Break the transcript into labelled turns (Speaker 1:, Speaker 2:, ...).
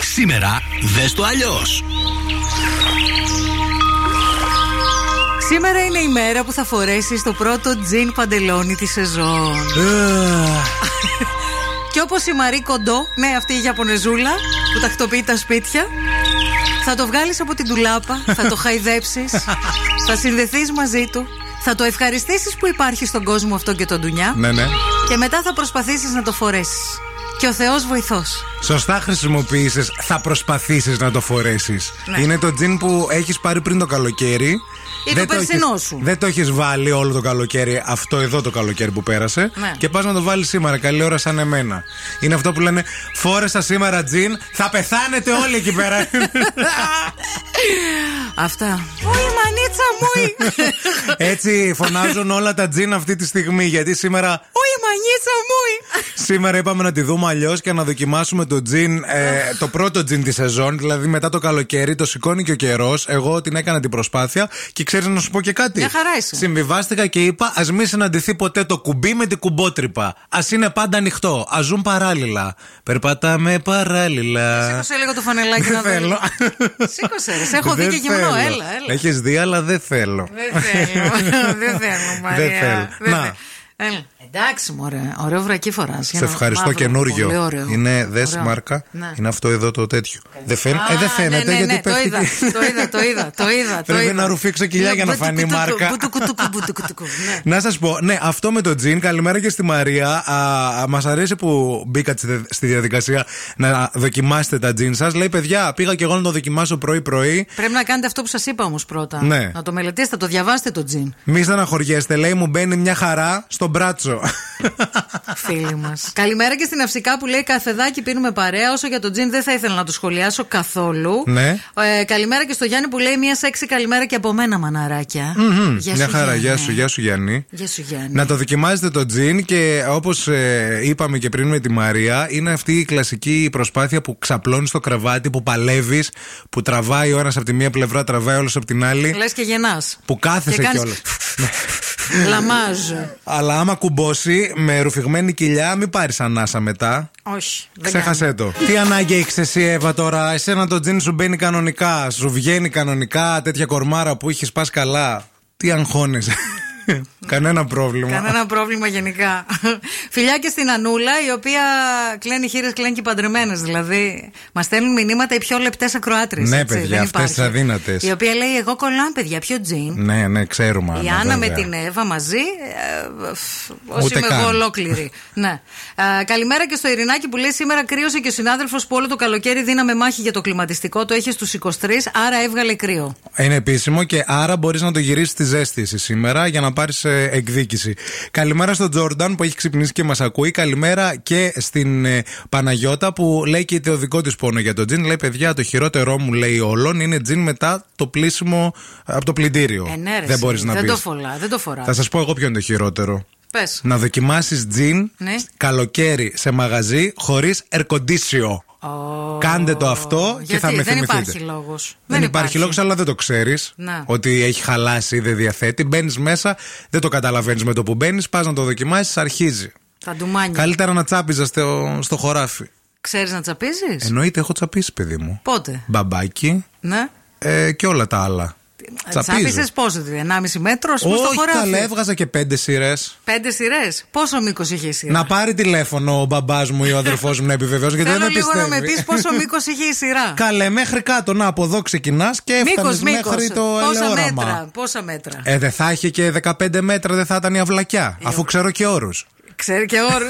Speaker 1: Σήμερα δες το αλλιώς.
Speaker 2: Σήμερα είναι η μέρα που θα φορέσεις το πρώτο τζιν παντελόνι της σεζόν.
Speaker 3: Ε,
Speaker 2: Και όπως η Μαρή Κοντό, ναι, αυτή η Ιαπωνεζούλα που τακτοποιεί τα σπίτια, θα το βγάλεις από την τουλάπα, θα το χαϊδέψεις, θα συνδεθείς μαζί του, θα το ευχαριστήσεις που υπάρχει στον κόσμο αυτό και τον ντουνιά.
Speaker 3: Ναι, ναι.
Speaker 2: Και μετά θα προσπαθήσεις να το φορέσεις. Και ο Θεός βοηθός.
Speaker 3: Σωστά χρησιμοποίησες. Θα προσπαθήσεις να το φορέσεις.
Speaker 2: Ναι.
Speaker 3: Είναι το τζιν που έχεις πάρει πριν το καλοκαίρι.
Speaker 2: Ή το
Speaker 3: το έχεις-
Speaker 2: περσινός σου.
Speaker 3: Δεν το έχεις βάλει όλο το καλοκαίρι, αυτό εδώ το καλοκαίρι που πέρασε.
Speaker 2: Ναι.
Speaker 3: Και πας να το βάλεις σήμερα, καλή ώρα σαν εμένα. Είναι αυτό που λένε Φόρεσα σήμερα τζιν, θα πεθάνετε όλοι εκεί πέρα.
Speaker 2: Αυτά. Μου η μανίτσα μου! η-
Speaker 3: Έτσι φωνάζουν όλα τα τζιν αυτή τη στιγμή. Γιατί σήμερα
Speaker 2: Ω, η μανίτσα μου! η-
Speaker 3: Σήμερα είπαμε να τη δούμε αλλιώς και να δοκιμάσουμε το τζιν, ε, το πρώτο τζιν της σεζόν. Δηλαδή μετά το καλοκαίρι, το σηκώνει και ο καιρός. Εγώ την έκανα την προσπάθεια και ξέρεις να σου πω και κάτι.
Speaker 2: Μια χαρά είσαι.
Speaker 3: Συμβιβάστηκα και είπα, ας μην συναντηθεί ποτέ το κουμπί με την κουμπότρυπα. Ας είναι πάντα ανοιχτό. Ας ζουν παράλληλα. Περπατάμε παράλληλα.
Speaker 2: Σήκωσε λίγο το φανελάκι να
Speaker 3: Ε. Δεν
Speaker 2: δω.
Speaker 3: θέλω.
Speaker 2: Σήκωσε, ρε. Σε έχω δει
Speaker 3: Δεν
Speaker 2: και γυμνό.
Speaker 3: θέλω. Ε,
Speaker 2: Έλα, έλα.
Speaker 3: Έχεις δει, αλλά δεν θέλω.
Speaker 2: Δεν θέλω. Δεν θέλω, Μαρία.
Speaker 3: Δεν θέλω.
Speaker 2: Δεν
Speaker 3: Να.
Speaker 2: θέλω. Έλα. Εντάξει, μωρέ. Ωραίο βρακί φοράς.
Speaker 3: Σε ευχαριστώ
Speaker 2: Πολύ
Speaker 3: καινούριο.
Speaker 2: ωραίο.
Speaker 3: Είναι δε
Speaker 2: Ωραίο.
Speaker 3: μάρκα.
Speaker 2: Ναι.
Speaker 3: Είναι αυτό εδώ το τέτοιο. Δεν φαίν-
Speaker 2: Α,
Speaker 3: ε, δεν
Speaker 2: ναι,
Speaker 3: φαίνεται
Speaker 2: ναι,
Speaker 3: γιατί
Speaker 2: ναι, το
Speaker 3: πέφτει
Speaker 2: είδα,
Speaker 3: και-
Speaker 2: το είδα, το είδα, το είδα. το
Speaker 3: Πρέπει
Speaker 2: είδα.
Speaker 3: να ρουφήξω κοιλιά για να
Speaker 2: Μπουτουκουτουκου,
Speaker 3: φανεί μάρκα.
Speaker 2: μπουτουκουτουκου, μπουτουκουτουκου, ναι.
Speaker 3: Να σας πω, ναι, αυτό με το τζιν. Καλημέρα και στη Μαρία. Μας αρέσει που μπήκατε στη- στη διαδικασία να δοκιμάσετε τα τζιν σας. Λέει, παιδιά, πήγα και εγώ να το δοκιμάσω πρωί-πρωί.
Speaker 2: Πρέπει να κάνετε αυτό που σας είπα όμως πρώτα.
Speaker 3: Ναι.
Speaker 2: Να το μελετήσετε, το διαβάσετε το τζιν.
Speaker 3: Μη στεναχωριέστε, λέει, μου μπαίνει μια χαρά στον μπράτσο.
Speaker 2: Φίλοι μας. Καλημέρα και στην Αυσικά που λέει Καφεδάκι πίνουμε παρέα. Όσο για τον τζιν δεν θα ήθελα να το σχολιάσω καθόλου.
Speaker 3: Ναι.
Speaker 2: Ε, καλημέρα και στο Γιάννη που λέει μία σεξι καλημέρα και από μένα μαναράκια. Γεια
Speaker 3: μια
Speaker 2: σου,
Speaker 3: χαρά, γεια
Speaker 2: Γιάννη.
Speaker 3: σου, γεια σου Γιάννη.
Speaker 2: Γεια σου, Γιάννη.
Speaker 3: Να το δοκιμάζετε το τζιν και όπως είπαμε και πριν με τη Μαρία, είναι αυτή η κλασική προσπάθεια που ξαπλώνεις το κρεβάτι, που παλεύεις, που τραβάει ο ένας από τη μία πλευρά, τραβάει όλος από την άλλη.
Speaker 2: Λες και γεννάς.
Speaker 3: Που κάθεσαι
Speaker 2: Και κάνεις-
Speaker 3: κιόλας.
Speaker 2: Λαμάζ.
Speaker 3: Αλλά άμα κουμπώσει με ρουφηγμένη κοιλιά, μην πάρεις ανάσα μετά.
Speaker 2: Όχι. δεν
Speaker 3: Ξέχασέ το. Τι ανάγκη έχεις εσύ, Εύα, τώρα. Εσένα το τζιν σου μπαίνει κανονικά. Σου βγαίνει κανονικά τέτοια κορμάρα που είχες πας καλά. Τι αγχώνεσαι. Κανένα πρόβλημα.
Speaker 2: Κανένα πρόβλημα γενικά. Φιλιά και στην Ανούλα, η οποία κλαίνει χείρες, κλαίνει και παντρεμένες. Δηλαδή, μας στέλνουν μηνύματα οι πιο λεπτές ακροάτρε.
Speaker 3: Ναι, παιδιά, αυτές τις αδύνατες.
Speaker 2: Η οποία λέει: Εγώ κολλάω, παιδιά, πιο τζιν.
Speaker 3: Ναι, ναι, ξέρουμε.
Speaker 2: Η
Speaker 3: Άννα,
Speaker 2: Άννα με
Speaker 3: βέβαια.
Speaker 2: την Εύα μαζί. Ε, ε, Όσοι
Speaker 3: Ούτε
Speaker 2: είμαι
Speaker 3: καν.
Speaker 2: εγώ ολόκληρη. ναι. Ε, καλημέρα και στο Ειρηνάκι που λέει σήμερα κρύωσε και ο συνάδελφος που όλο το καλοκαίρι δίναμε μάχη για το κλιματιστικό. Το έχεις στους 23, άρα έβγαλε κρύο.
Speaker 3: Είναι επίσημο και άρα μπορείς να το γυρίσεις στη ζέστη εσύ σήμερα για να πάρεις εκδίκηση. Καλημέρα στον Τζόρνταν που έχει ξυπνήσει και μας ακούει. Καλημέρα και στην ε, Παναγιώτα που λέει και το δικό της πόνο για το τζιν. Λέει, παιδιά, το χειρότερό μου λέει όλων είναι τζιν μετά το πλήσιμο από το πλυντήριο.
Speaker 2: Ε, ναι, ρε,
Speaker 3: δεν
Speaker 2: εσύ,
Speaker 3: μπορεί να
Speaker 2: δεν
Speaker 3: πεις.
Speaker 2: το φορά, δεν το φοράς.
Speaker 3: Θα σας πω εγώ ποιο είναι το χειρότερο.
Speaker 2: Πες.
Speaker 3: Να δοκιμάσεις τζιν
Speaker 2: Ναι.
Speaker 3: καλοκαίρι σε μαγαζί χωρίς air-condition.
Speaker 2: Ω,
Speaker 3: Κάντε το αυτό και
Speaker 2: γιατί
Speaker 3: θα με
Speaker 2: δεν
Speaker 3: θυμηθείτε.
Speaker 2: υπάρχει λόγος.
Speaker 3: Δεν,
Speaker 2: Δεν
Speaker 3: υπάρχει
Speaker 2: υπάρχει. Ναι.
Speaker 3: λόγος, αλλά δεν το ξέρεις.
Speaker 2: Να.
Speaker 3: Ότι έχει χαλάσει ή δεν διαθέτει. Μπαίνεις μέσα, δεν το καταλαβαίνεις με το που μπαίνεις. Πας να το δοκιμάσεις, αρχίζει.
Speaker 2: τα ντουμάνια.
Speaker 3: Καλύτερα να τσάπιζα στο, στο χωράφι.
Speaker 2: Ξέρεις να τσαπίζεις.
Speaker 3: Εννοείται, έχω τσαπίσει, παιδί μου.
Speaker 2: Πότε.
Speaker 3: Μπαμπάκι
Speaker 2: Ναι.
Speaker 3: ε, και όλα τα άλλα.
Speaker 2: Ε,
Speaker 3: Τσαπίζω.
Speaker 2: Τσάπισες πόσο, δηλαδή, 1,5 μέτρο, πώ το
Speaker 3: Όχι, καλά,
Speaker 2: χωράφι.
Speaker 3: έβγαζα και πέντε σειρές.
Speaker 2: Πέντε σειρές. Πόσο μήκος είχε η σειρά.
Speaker 3: Να πάρει τηλέφωνο ο μπαμπάς μου ή ο αδερφός μου να επιβεβαιώσει, γιατί
Speaker 2: Θέλω
Speaker 3: δεν με
Speaker 2: λίγο
Speaker 3: πιστεύει.
Speaker 2: να με πεις πόσο μήκος είχε η σειρά.
Speaker 3: Καλέ, μέχρι κάτω, να από εδώ ξεκινάς και
Speaker 2: Μήκος,
Speaker 3: έφτανες
Speaker 2: μήκο.
Speaker 3: μέχρι το
Speaker 2: Πόσα
Speaker 3: ελαιόραμα.
Speaker 2: μέτρα. Πόσα μέτρα.
Speaker 3: Ε, δεν θα είχε και 15 μέτρα, δεν θα ήταν η αυλακιά. Αφού ξέρω και όρους.
Speaker 2: Ξέρει και όρους.